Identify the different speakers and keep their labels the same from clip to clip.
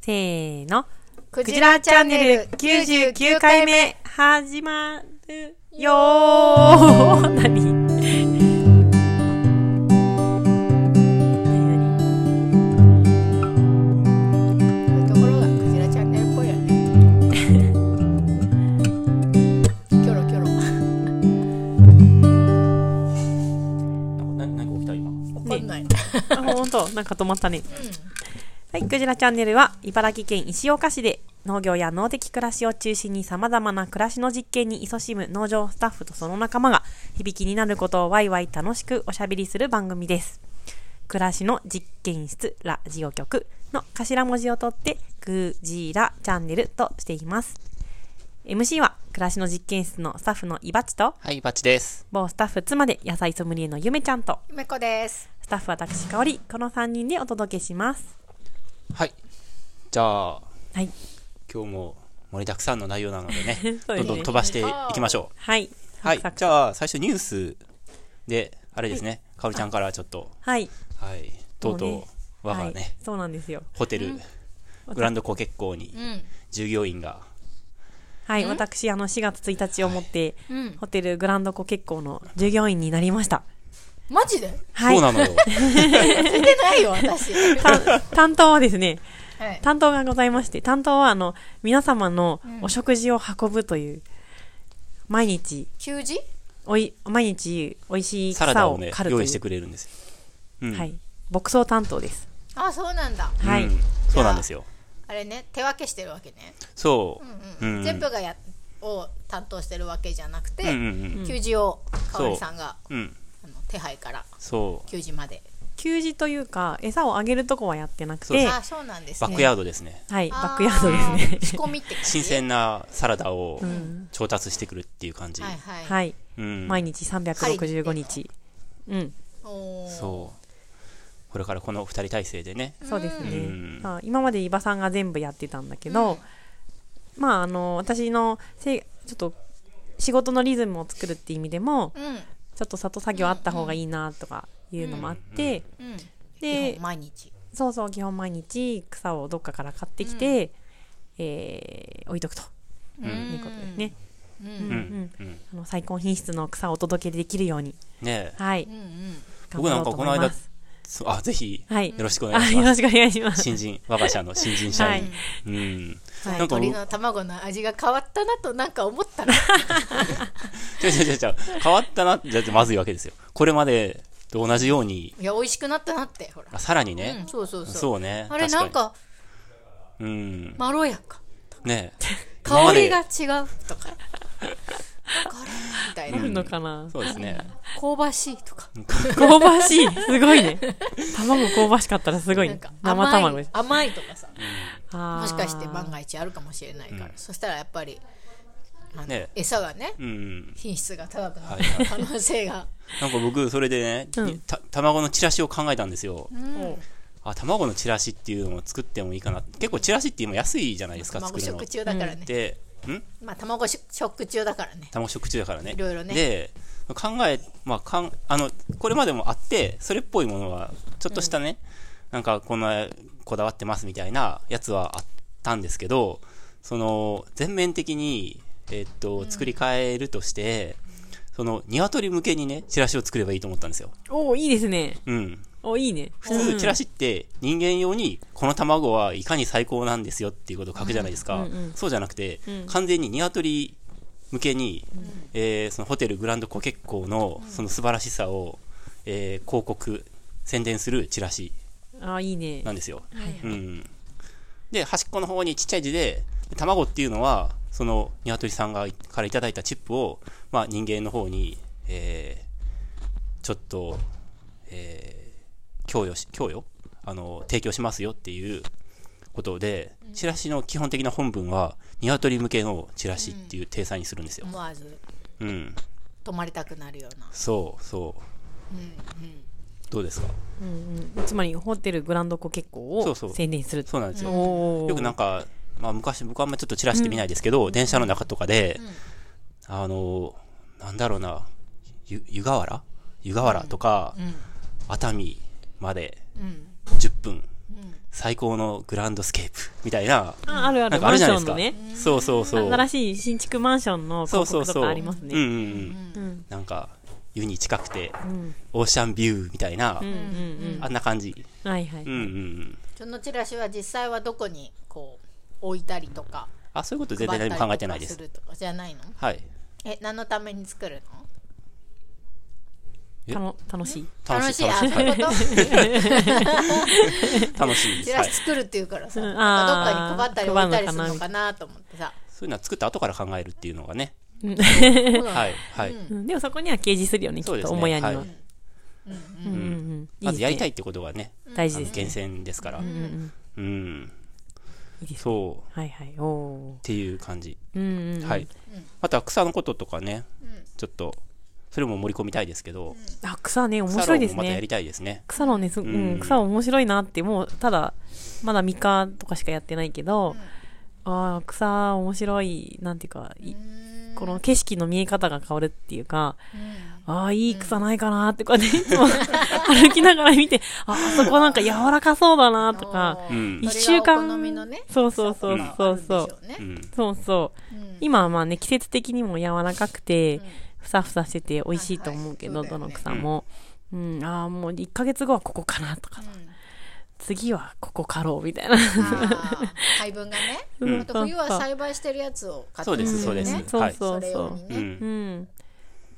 Speaker 1: せーの。
Speaker 2: ク
Speaker 1: クジラチャンネル99回目始まるよー 何何
Speaker 2: こういうところがクジラチャンネルっぽいよねキョロキョロ
Speaker 3: な何か起きた今
Speaker 2: 怒んない、
Speaker 1: 何あ、ほんと、なんか止まったね。はい、クジラチャンネルは茨城県石岡市で農業や農的暮らしを中心に様々な暮らしの実験に勤しむ農場スタッフとその仲間が響きになることをワイワイ楽しくおしゃべりする番組です。暮らしの実験室ラジオ局の頭文字を取ってクジラチャンネルとしています。MC は暮らしの実験室のスタッフのいばちと
Speaker 3: はいバチです
Speaker 1: 某スタッフ妻で野菜ソムリエのゆめちゃんと
Speaker 2: めこです
Speaker 1: スタッフ私かおりこの3人でお届けします。
Speaker 3: はいじゃあ
Speaker 1: はい。
Speaker 3: 今日も盛りだくさんの内容なのでね
Speaker 1: そうですね
Speaker 3: どんどん飛ばしていきましょ
Speaker 1: はい。
Speaker 3: うはい
Speaker 1: サク
Speaker 3: じ
Speaker 1: サク
Speaker 3: ゃあ最初ニュースであれですね、かおりちゃんからちょっと
Speaker 1: はい。
Speaker 3: はいとうとう
Speaker 1: もうね
Speaker 3: 我が
Speaker 1: は
Speaker 3: ね、
Speaker 1: い。そうなんですよ。
Speaker 3: ホテルグランドコケッコーに
Speaker 2: うん
Speaker 3: 従業員が
Speaker 1: はい。私、あの、4月1日をもって、
Speaker 2: うん
Speaker 1: ホテルグランドコケッコーの従業員になりました。
Speaker 2: マジで
Speaker 1: はい。
Speaker 3: そうなのよ
Speaker 2: 聞いてないよ 私
Speaker 1: た
Speaker 2: は
Speaker 1: 担当はですね、
Speaker 2: い
Speaker 1: 担当がございまして、担当は、あの、皆様のお食事を運ぶという、毎日、
Speaker 2: 給仕
Speaker 1: おい、毎日、美味しい
Speaker 3: サラダ
Speaker 1: 草
Speaker 3: を
Speaker 1: を
Speaker 3: ね
Speaker 1: 刈るという。
Speaker 3: 用意してくれるんですよ、うん
Speaker 1: はい。牧草担当です。
Speaker 2: あそうなんだ
Speaker 3: うん
Speaker 1: はい。
Speaker 3: そうなんですよ
Speaker 2: あれね手分けしてるわけね、
Speaker 3: そうう、
Speaker 2: ん
Speaker 3: うん
Speaker 2: 全部がやを担当してるわけじゃなくて、
Speaker 3: うんうん
Speaker 2: 給仕をかおりさんが
Speaker 3: うんうん
Speaker 2: あの手配から
Speaker 3: そう
Speaker 2: 給仕まで、
Speaker 1: 給仕というか、餌をあげるとこはやってなく
Speaker 3: そう
Speaker 1: て、
Speaker 2: あそうなんですね
Speaker 3: バックヤードですね
Speaker 1: はい。バッ
Speaker 2: あ
Speaker 1: クヤードですね。
Speaker 2: 仕込みって感じ
Speaker 3: 新鮮なサラダを調達してくるっていう感じ、
Speaker 2: はいはい、い、
Speaker 1: はい。
Speaker 3: うん
Speaker 1: 毎日365日。うん。
Speaker 2: おー
Speaker 3: そうこれからこの2人体制でね
Speaker 1: そうですね、
Speaker 3: うん
Speaker 1: まあ、今まで伊庭さんが全部やってたんだけど、まああの私のせいちょっと仕事のリズムを作るって意味でも
Speaker 2: うん
Speaker 1: ちょっと里作業あった方がいいなとかいうのもあって、
Speaker 2: うん基
Speaker 1: で
Speaker 2: 本毎日
Speaker 1: そうそう基本毎日草をどっかから買ってきて、えー置いとくと
Speaker 3: うん
Speaker 1: いうことですね、
Speaker 2: うんう
Speaker 3: う
Speaker 2: ん
Speaker 3: んうんうん
Speaker 1: あの最高品質の草をお届けできるように
Speaker 3: ねえ
Speaker 1: はい
Speaker 2: うんうん
Speaker 1: 頑
Speaker 3: 僕
Speaker 1: 張
Speaker 3: な
Speaker 1: ろ
Speaker 3: ん
Speaker 1: う
Speaker 3: か
Speaker 1: と
Speaker 3: こ
Speaker 1: 思
Speaker 3: の
Speaker 1: い
Speaker 3: 間
Speaker 1: ます
Speaker 3: そうあぜひ
Speaker 1: はい
Speaker 3: よろしくお願い
Speaker 1: あ
Speaker 3: し
Speaker 1: よ
Speaker 3: ま
Speaker 1: ろし
Speaker 3: す
Speaker 1: くお願いします
Speaker 3: 新人我が社の新人社員、
Speaker 1: はい
Speaker 3: うん
Speaker 2: はい、
Speaker 3: なんか
Speaker 2: 鶏の卵の味が変わったなとなんか思った ら
Speaker 3: ちょちょちょちょ変わったなじゃまずいわけですよこれまでと同じように
Speaker 2: いや美味しくなったなってほら
Speaker 3: あさらに
Speaker 2: う
Speaker 3: ね
Speaker 2: ん、そうそうそう
Speaker 3: そうね
Speaker 2: あれ
Speaker 3: 確か
Speaker 2: な
Speaker 3: に
Speaker 2: んか
Speaker 3: うん
Speaker 2: まろやか
Speaker 3: ねえ今
Speaker 2: 香
Speaker 3: まで
Speaker 2: りが違うとかなんかあれみたいな、
Speaker 1: あるのかな
Speaker 3: そうですね
Speaker 2: 香ばしいとか
Speaker 1: 香ばしいすごいね卵香ばしかったらすごい
Speaker 2: なん
Speaker 1: ね
Speaker 2: か
Speaker 1: 生卵
Speaker 2: 甘
Speaker 1: で
Speaker 2: い
Speaker 1: す
Speaker 2: 甘いとかさ
Speaker 1: も
Speaker 2: もしかして万が一あるかもしれないから、そしたらやっぱりあの、
Speaker 3: ね
Speaker 2: 餌がね
Speaker 3: うん
Speaker 2: 品質が高くなる
Speaker 3: はいは
Speaker 2: 可能性が、
Speaker 3: なんか僕それでね、
Speaker 1: うん
Speaker 3: た卵のチラシを考えたんですよ、
Speaker 2: うん、
Speaker 3: あ卵のチラシっていうのを作ってもいいかな結構チラシって今安いじゃないですか
Speaker 2: 卵
Speaker 3: 作るの
Speaker 2: 食中だからね、
Speaker 3: でん
Speaker 2: まあ卵し食中だからね
Speaker 3: 卵食中だからね
Speaker 2: いろいろね
Speaker 3: で考え、まあ、かんあのこれまでもあってそれっぽいものはちょっとしたね、なんかこんなこだわってますみたいなやつはあったんですけどその全面的に、えっと作り変えるとして、その鶏向けにねチラシを作ればいいと思ったんですよ
Speaker 1: おおいいですね
Speaker 3: うん
Speaker 1: おいいね
Speaker 3: 普通チラシって人間用にこの卵はいかに最高なんですよっていうことを書くじゃないですか、
Speaker 1: うんうんうん
Speaker 3: そうじゃなくて、
Speaker 1: うん
Speaker 3: 完全に鶏向けに、えーそのホテルグランドコケッコーのその素晴らしさを、えー広告宣伝するチラシ
Speaker 1: あーいいね
Speaker 3: なんですよ、うん、で端っこの方にちっちゃい字で卵っていうのはその鶏さんがからいただいたチップを、まあ、人間の方に、えーちょっと、えー供与し供与あの提供しますよっていうことでチラシの基本的な本文は鶏向けのチラシっていう体裁にするんですよ、
Speaker 2: 思わず
Speaker 3: うん、
Speaker 2: 泊まりたくなるような
Speaker 3: そうそうどうですか
Speaker 1: うんうんつまりホテルグランドコ結構
Speaker 3: そ
Speaker 1: を
Speaker 3: うそう
Speaker 1: 宣伝する
Speaker 3: そうなんですよ
Speaker 1: おお
Speaker 3: よくなんか、まあ、昔、僕はあんまちょっとチラシって見ないですけど、電車の中とかで、あの、なんだろうな、ゆ湯河原湯河原とか、熱海まで
Speaker 2: うん
Speaker 3: 10分最高のグランドスケープみたいな、
Speaker 1: ああるある、
Speaker 3: なんかあ
Speaker 1: マ
Speaker 3: る
Speaker 1: ン
Speaker 3: じ
Speaker 1: シ
Speaker 3: ゃない
Speaker 1: ョ
Speaker 3: で
Speaker 1: ン
Speaker 3: すか
Speaker 1: のね。。
Speaker 3: そうそうそう。
Speaker 1: 新しい新築マンションの
Speaker 3: そう
Speaker 1: 広
Speaker 3: そう
Speaker 1: 告と
Speaker 3: そう。
Speaker 1: かあります
Speaker 3: うん
Speaker 1: ね。
Speaker 3: うんうん。
Speaker 1: うん。
Speaker 3: なんか、湯に近くて、
Speaker 1: うん。
Speaker 3: オーシャンビューみたいな、
Speaker 1: うん。うん。
Speaker 3: あんな感じ。
Speaker 1: うん。はいはい。
Speaker 3: うんうんうん。
Speaker 2: そのチラシは実際はどこにこう置いたりとか
Speaker 3: あ、そういうこと全然何も考えてないで
Speaker 2: 配
Speaker 3: す
Speaker 2: った。りとかるとかじゃないの
Speaker 3: はい。
Speaker 2: え何のために作るの
Speaker 3: え
Speaker 1: たの楽しい。
Speaker 3: 楽
Speaker 2: 楽
Speaker 3: し
Speaker 2: し
Speaker 3: い、
Speaker 2: いあ
Speaker 3: 楽
Speaker 2: そう
Speaker 3: しい。はいいう
Speaker 2: こと
Speaker 3: 楽しいで
Speaker 2: チ
Speaker 3: す。
Speaker 2: ラ
Speaker 3: はい
Speaker 2: シ。作るっていうからさ、
Speaker 1: うん
Speaker 2: なんか
Speaker 1: あー
Speaker 2: どっかに配ったり置いたりするのかなと思ってさ
Speaker 3: そういうのは作った後から考えるっていうのがね。
Speaker 2: そうなの
Speaker 3: はい。はい。
Speaker 1: うんでもそこには掲示するよね、き
Speaker 3: そ
Speaker 1: っ
Speaker 3: うで
Speaker 1: と、
Speaker 3: す
Speaker 1: 母
Speaker 3: ね。
Speaker 1: 屋に
Speaker 3: はい
Speaker 1: は。。うんうんうん。
Speaker 3: まずやりた
Speaker 1: い
Speaker 3: いってことがね、
Speaker 1: ですね。大事ですね。
Speaker 3: 厳選ですから。
Speaker 1: うんうん。
Speaker 3: うん。
Speaker 1: いいですね。
Speaker 3: そう。
Speaker 1: はいはい。お
Speaker 3: っていう感じ。
Speaker 1: ー。うんうん。
Speaker 3: はい。。あとは草のこととかね、ちょっと、それも盛り込みたいですけど、
Speaker 1: あ、草ね、面
Speaker 3: 草
Speaker 1: 白
Speaker 3: 論
Speaker 1: いで
Speaker 3: も
Speaker 1: す
Speaker 3: またや
Speaker 1: ね
Speaker 3: り。たいですね。
Speaker 1: 草のね、すうん
Speaker 3: うん
Speaker 1: 草面白いなって、もう、ただ、まだミカとかしかやってないけど、ああ、草面白い、なんていうか、いこの景色の見え方が変わるっていうか、ああ、いい草ないかなって、こうやっていつも 歩きながら見て、ああ、そこなんか柔らかそうだなとか、
Speaker 3: うん
Speaker 1: 一週間
Speaker 2: それがお好みのね
Speaker 1: そうそうそうそうそう
Speaker 2: そうね
Speaker 3: うん。
Speaker 1: そうそう。今はまあね、季節的にも柔らかくて、ふさふさしてて美味しいと思うけど、
Speaker 2: はいはい
Speaker 1: どの草も。うん、ああ、もう1ヶ月後はここかなとかさ、次はここかろうみたいな。
Speaker 2: あー配分がね、
Speaker 1: うん
Speaker 2: あと冬は栽培してるやつを買って
Speaker 3: そうです
Speaker 2: きて
Speaker 3: そうです
Speaker 2: ね
Speaker 1: そうそ
Speaker 2: そうれ用
Speaker 1: そ
Speaker 2: に
Speaker 3: う。
Speaker 2: ね
Speaker 1: う。うんん。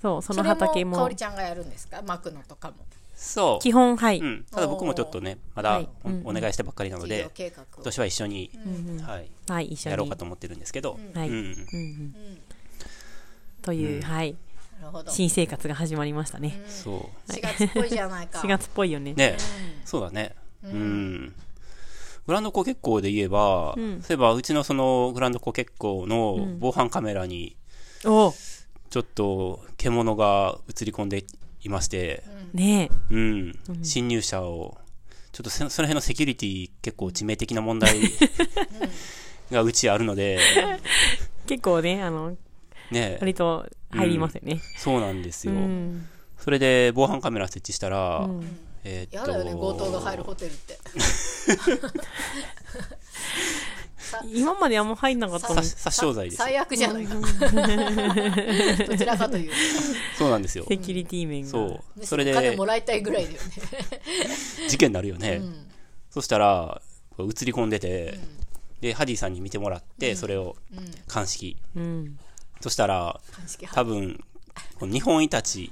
Speaker 1: そう、そ
Speaker 2: そ
Speaker 1: の
Speaker 2: れ
Speaker 1: 畑
Speaker 2: もかお
Speaker 1: も
Speaker 2: り、ちゃんがやるんですか巻くのとかも
Speaker 3: そう。
Speaker 1: 基本、はい。
Speaker 3: うん、ただ僕もちょっとね、まだ
Speaker 1: はい
Speaker 3: お,、
Speaker 1: うん
Speaker 3: 願いしたばっかりなの
Speaker 2: 事業
Speaker 3: で、
Speaker 2: 計画
Speaker 3: 今
Speaker 2: を
Speaker 3: 年は一緒に、はい、
Speaker 1: はい、一緒に。
Speaker 3: やろうかと思ってるんですけど、
Speaker 1: はい。
Speaker 3: う
Speaker 1: うんう
Speaker 3: ん
Speaker 1: ん。という、はい。
Speaker 2: なるほど4
Speaker 1: 新生活が始まりましたね。
Speaker 3: そ
Speaker 2: 月っぽいじゃないか
Speaker 1: 4月っぽいよね
Speaker 3: う。。ね、そうだね。うん。グランドコ結構で言えば、
Speaker 1: ん
Speaker 3: そういえばうちのそのグランドコ結構の防犯カメラに、
Speaker 1: おう
Speaker 3: ちょっと獣が映り込んでいまして、
Speaker 1: ね
Speaker 3: うん、侵入者を、ちょっとせその辺のセキュリティ結構致命的な問題がうちあるので、
Speaker 1: え。結構ね、あの、
Speaker 3: ね、
Speaker 1: 割と入りますよね。
Speaker 3: そうなんです
Speaker 1: う
Speaker 3: よ。
Speaker 1: ん。
Speaker 3: それで防犯カメラ設置したら、えー
Speaker 2: や
Speaker 3: っと
Speaker 2: だよね強盗が入るホテルって
Speaker 1: 今まであんま入んなかったもん
Speaker 3: 殺殺傷罪ですよ
Speaker 2: 最悪じゃないかどちらかという
Speaker 3: そうなんですよ
Speaker 1: セキュリティ面が。
Speaker 3: そう
Speaker 2: と
Speaker 3: それ
Speaker 2: お金
Speaker 3: で
Speaker 2: もらいたいぐらいだよね
Speaker 3: 事件になるよね、そしたらこう映り込んでて、でハディさんに見てもらって、それを鑑識、
Speaker 1: うん。
Speaker 3: そしたら
Speaker 2: 鑑識
Speaker 3: 多分この日本イタチ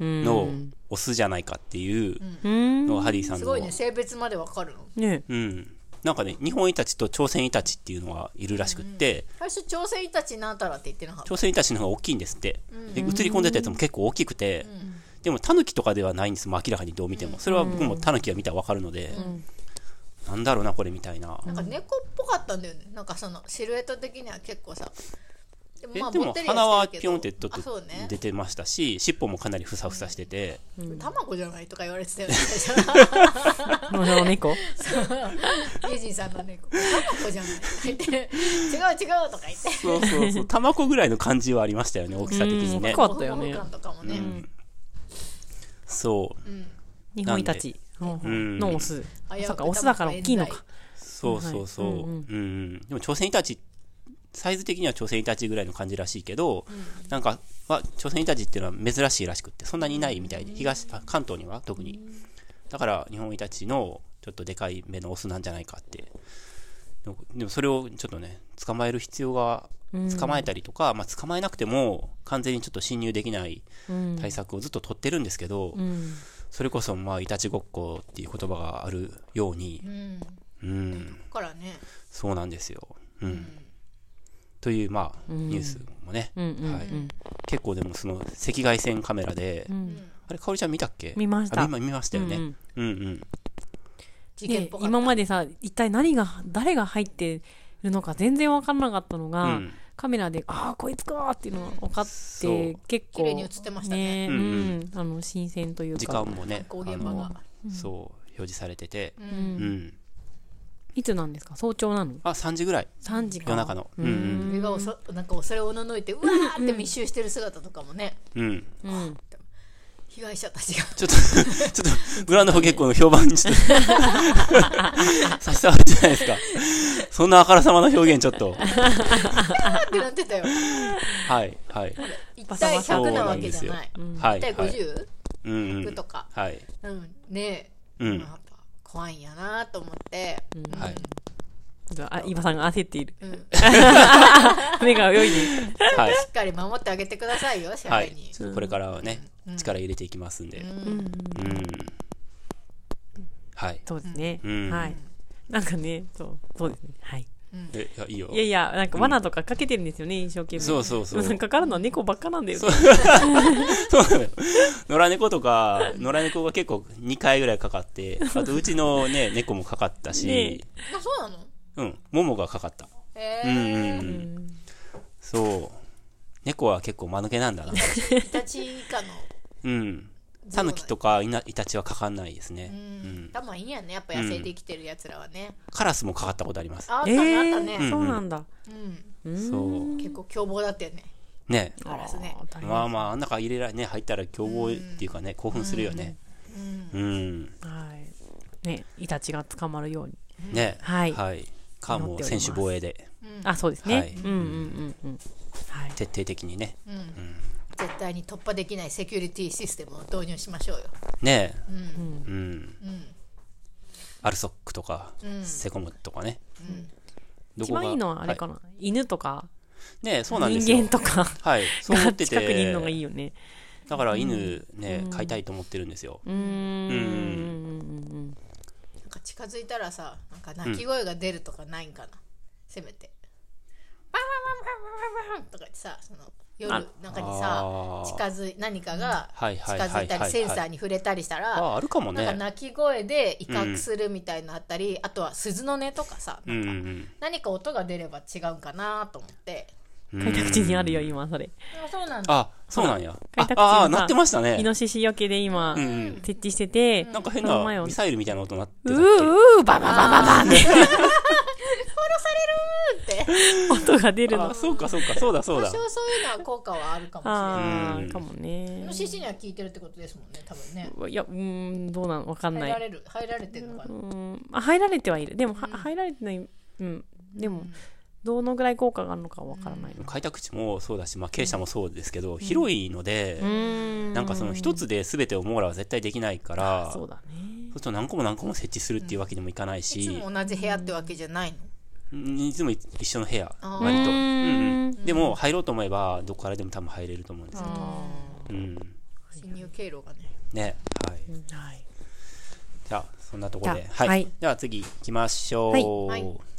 Speaker 1: うん。
Speaker 3: のオスじゃないかっていう
Speaker 1: うん。
Speaker 3: のをハディさん
Speaker 2: す
Speaker 3: の、
Speaker 2: ごいね性別までわかるの
Speaker 1: ね
Speaker 3: うんなんかね日本イタチと朝鮮イタチっていうのがいるらしくって、
Speaker 2: 最初朝鮮イタチなんたらって言ってなかった
Speaker 3: 朝鮮イタチの方が大きいんですって、で映り込んでたやつも結構大きくて、でもタヌキとかではないんですもう明らかにどう見てもそれは僕もタヌキが見たら分かるので、なんだろうなこれみたいな、
Speaker 2: なんか猫っぽかったんだよねなんかそのシルエット的には結構さで
Speaker 3: え
Speaker 2: まあ
Speaker 3: で
Speaker 2: ぼ
Speaker 3: も
Speaker 2: ってり
Speaker 3: 鼻は
Speaker 2: してるけ
Speaker 3: ピ
Speaker 2: ど
Speaker 3: ョンってとっ
Speaker 2: あそう
Speaker 3: と
Speaker 2: ね
Speaker 3: 出てましたし尻尾もかなりふさふさしてて、
Speaker 2: 卵じゃないとか言われてたよね 最初
Speaker 1: え。野良猫
Speaker 2: イジンさんの猫卵じゃないとか言って違う違うとか言って
Speaker 3: そうそうそう卵ぐらいの感じはありましたよね大きさ的にね、
Speaker 1: うんわかったよね
Speaker 2: ホクホク感とかもね、
Speaker 3: そう
Speaker 1: 日本イタチの
Speaker 3: ん
Speaker 1: のオス
Speaker 2: 危う。く
Speaker 1: そうか、オスだから大きいのか。
Speaker 3: そうそうそう、
Speaker 1: はいうん
Speaker 3: うんでも朝鮮イタチサイズ的には朝鮮イタチぐらいの感じらしいけど、なんかは朝鮮イタチっていうのは珍しいらしくってそんなにいないみたいで東あ関東には特にだから日本イタチのちょっとでかい目のオスなんじゃないかってでもでもそれをちょっとね捕まえる必要が捕まえたりとか、まあ、捕まえなくても完全にちょっと侵入できない
Speaker 1: うん。
Speaker 3: 対策をずっと取ってるんですけど、
Speaker 1: うん。
Speaker 3: それこそまあイタチごっこっていう言葉があるように、
Speaker 2: うんだ
Speaker 3: うん、
Speaker 2: からね
Speaker 3: そうなんですよ。うん。という、まあ、ニュースもね。
Speaker 1: うんうん
Speaker 3: はい、結構でも、その、赤外線カメラで、
Speaker 1: ん
Speaker 3: あれ、かおりちゃん見たっけ
Speaker 1: 見ました
Speaker 3: あ見見ましたよね。
Speaker 1: うん
Speaker 3: うん、うん、
Speaker 2: 事件っ
Speaker 1: で
Speaker 2: ぽ、かった、
Speaker 1: 今までさ、一体何が、誰が入ってるのか全然わかんなかったの
Speaker 3: う
Speaker 1: が
Speaker 3: ん、
Speaker 1: カメラで、ああ、こいつかーっていうのが分かっ
Speaker 3: そう
Speaker 1: て、結構。
Speaker 2: 綺麗に映ってましたね
Speaker 1: ねえ。う
Speaker 3: うん
Speaker 1: ん。あの、新鮮というか。
Speaker 3: 時間もね、
Speaker 2: 工現場が、
Speaker 3: そう、表示されてて、
Speaker 1: う
Speaker 3: うん。
Speaker 1: ん。いつなんですか早朝なの
Speaker 3: あ、3時ぐらい。
Speaker 1: ?3 時か。
Speaker 3: 夜中の。うん、
Speaker 2: 上がおそなんか恐れおののいてうわーって密集してる姿とかもね
Speaker 3: うん。うん。
Speaker 1: うん。
Speaker 2: 被害者たちが。
Speaker 3: ちょっと、 ちょっと、グランドフォ結構の評判にちょっと、差し障るじゃないですか。そんなあからさまな表現ちょっと。
Speaker 2: ってなってたよ。
Speaker 3: はい、はい。
Speaker 2: 1対100なわけじゃない。
Speaker 1: うん
Speaker 3: は
Speaker 2: 1
Speaker 3: い、
Speaker 2: 対
Speaker 3: はい。
Speaker 2: 50?
Speaker 3: うんう
Speaker 2: 100
Speaker 3: ん
Speaker 2: と。か。
Speaker 3: はい。
Speaker 2: うん。ね
Speaker 3: う
Speaker 2: え。
Speaker 3: ん
Speaker 2: や。っぱ怖いんやなと思って。
Speaker 1: うん
Speaker 3: はい。
Speaker 1: あ、伊庭さんが焦っている。
Speaker 2: うん。し
Speaker 1: 目が泳いでいる。
Speaker 3: はい。
Speaker 2: っかり守ってあげてくださいよ、社
Speaker 3: は
Speaker 2: 会
Speaker 3: い
Speaker 2: に。。
Speaker 3: ちょっとこれからはね、
Speaker 2: うん
Speaker 3: 力入れていきますんで。
Speaker 2: うん
Speaker 1: うん。
Speaker 3: うん。はい。
Speaker 1: そうですね。
Speaker 3: うん
Speaker 1: はい。なんかね、そう、そうですね。はい。
Speaker 3: え、いや、いいよ
Speaker 1: い。やいや、なんか罠とかかけてるんですよね、一生懸命。
Speaker 3: そうそうそ
Speaker 1: で
Speaker 3: う
Speaker 1: もなんかかかるのは猫ばっかなんだよ。
Speaker 3: そうなのよ。 野良猫とか、野良猫が結構2回ぐらいかかって、あとうちのね、猫もかかった
Speaker 1: ね
Speaker 3: し、
Speaker 2: あ、そうなの
Speaker 3: うん、ももがかかった。
Speaker 2: え
Speaker 3: う
Speaker 2: え。
Speaker 3: んうんう。
Speaker 1: うんん
Speaker 3: そう。猫は結構間抜けなんだな。
Speaker 2: イタチ以下の。
Speaker 3: うん。タヌキとかイナイタチはかかんないですね
Speaker 2: う。
Speaker 3: うん
Speaker 2: ん。。頭いいんやね。やっぱ野生で生きてる奴らはね。
Speaker 3: カラスもかかったことあります。
Speaker 2: ああった
Speaker 1: え
Speaker 2: ね、あった
Speaker 1: ー、
Speaker 2: ね。
Speaker 1: そうなんだ。
Speaker 2: うん。
Speaker 1: うん
Speaker 3: そう。
Speaker 2: 結構凶暴だったよね。
Speaker 3: ね。
Speaker 2: ガラスね。
Speaker 1: あー大変
Speaker 3: まあまあ、あん中入れられね、入ったら凶暴っていうかね、興奮するよね。
Speaker 2: うん。
Speaker 3: うん。
Speaker 1: はい。ね、イタチが捕まるように。
Speaker 3: ね。
Speaker 1: はい
Speaker 3: はい。かもう選手防衛で、
Speaker 1: あ、そうですね。
Speaker 3: はい
Speaker 1: うんうんうんうん。はい。
Speaker 3: 徹底的にね。
Speaker 2: うん絶対に突破できないセキュリティシステムを導入しましょうよ。
Speaker 3: ね
Speaker 2: うん
Speaker 3: うん。
Speaker 2: うん
Speaker 3: アルソックとか、
Speaker 2: うん
Speaker 3: セコムとかね。
Speaker 2: うん
Speaker 3: ど
Speaker 1: 一番いいのはあれか
Speaker 3: な。
Speaker 1: な、犬とか、
Speaker 3: はいねそうなんです
Speaker 1: 人
Speaker 3: よ。
Speaker 1: 間とか
Speaker 3: はい。そう思
Speaker 1: が
Speaker 3: って
Speaker 1: 近くにいるのがいい
Speaker 3: て、
Speaker 1: よね。
Speaker 3: だから犬ね、飼いたいと思ってるんですよ。
Speaker 1: うーん。
Speaker 3: う
Speaker 1: うんんうん
Speaker 2: なんか近づいたらさ、なんか鳴き声が出るとかないんかな、せめて。バンバンバンバンバンバンバンとかってさ、その夜
Speaker 1: あ
Speaker 2: 中に
Speaker 3: あ
Speaker 2: さ、
Speaker 3: ー
Speaker 2: 近づい、何かが近
Speaker 3: はいはいは
Speaker 2: づ
Speaker 3: い
Speaker 2: いた
Speaker 3: はいは
Speaker 2: り、
Speaker 3: い
Speaker 2: センサーに触れたりした
Speaker 3: ああ、
Speaker 2: ら、
Speaker 3: あるかも
Speaker 2: なん
Speaker 3: ね
Speaker 2: か。鳴き声で威嚇するみたいのあったり、あとは鈴の音とかさ、
Speaker 3: うんうん
Speaker 2: 何か音が出れば違うんかなと思って。
Speaker 3: うん。
Speaker 1: 開拓地にあるよ、
Speaker 3: うん
Speaker 1: 今、それ。
Speaker 2: あそうなんだ。
Speaker 3: あ、そうなんや。
Speaker 1: 開
Speaker 3: あ
Speaker 1: 拓地
Speaker 3: あー、
Speaker 1: にさ
Speaker 3: なってました
Speaker 1: イ
Speaker 3: ね。
Speaker 1: ノシシよけで今
Speaker 3: う、んうん。
Speaker 1: 設置してて、
Speaker 3: なんか変
Speaker 1: その前
Speaker 3: な
Speaker 1: を
Speaker 3: ミサイルみたいな音なって
Speaker 1: う
Speaker 3: たっ
Speaker 1: ー
Speaker 3: け
Speaker 1: うーばばばばばって。音が出る
Speaker 3: あ
Speaker 1: の
Speaker 3: ー、。そうかそうか、そうだそう
Speaker 2: 多
Speaker 3: だ
Speaker 2: 少。そういうのは効果はあるかもしれない。
Speaker 1: あ
Speaker 3: うん
Speaker 1: ー、かも
Speaker 2: イ
Speaker 1: ね
Speaker 2: ノ。シシには効いてるってことですもんね、多分ね。
Speaker 1: いや、うーん、どうなのわかん
Speaker 2: 入
Speaker 1: な
Speaker 2: ら
Speaker 1: い。
Speaker 2: れる、入られてるのか
Speaker 1: う
Speaker 2: な。
Speaker 1: ーん、あ入られてはいる。でも、は入られてない、うん。でも、どのぐらい効果があるのかわからないな。
Speaker 3: 開拓地もそうだし、まあ、経営者もそうですけど、広いので、
Speaker 1: うーん。
Speaker 3: なんかその一つで全てを網羅は絶対できないから、
Speaker 1: そうだね。
Speaker 3: そうすると何個も何個も設置するっていうわけにもいかない
Speaker 2: いつ
Speaker 3: し、
Speaker 2: も同じ部屋ってわけじゃないの。
Speaker 3: うんいつも一緒の部屋、
Speaker 2: あー
Speaker 3: 割と。
Speaker 1: う
Speaker 3: うん
Speaker 1: ん
Speaker 3: うんでも、入ろうと思えば、どこからでも多分入れると思うんですよ。
Speaker 1: あ
Speaker 3: うん。
Speaker 2: 侵入経路がね。
Speaker 3: ね。はい。
Speaker 1: ーはい。
Speaker 3: じゃあ、そんなところで。
Speaker 1: じゃあ
Speaker 3: はい。
Speaker 1: はい
Speaker 3: では次行きましょう。
Speaker 1: はい
Speaker 2: はい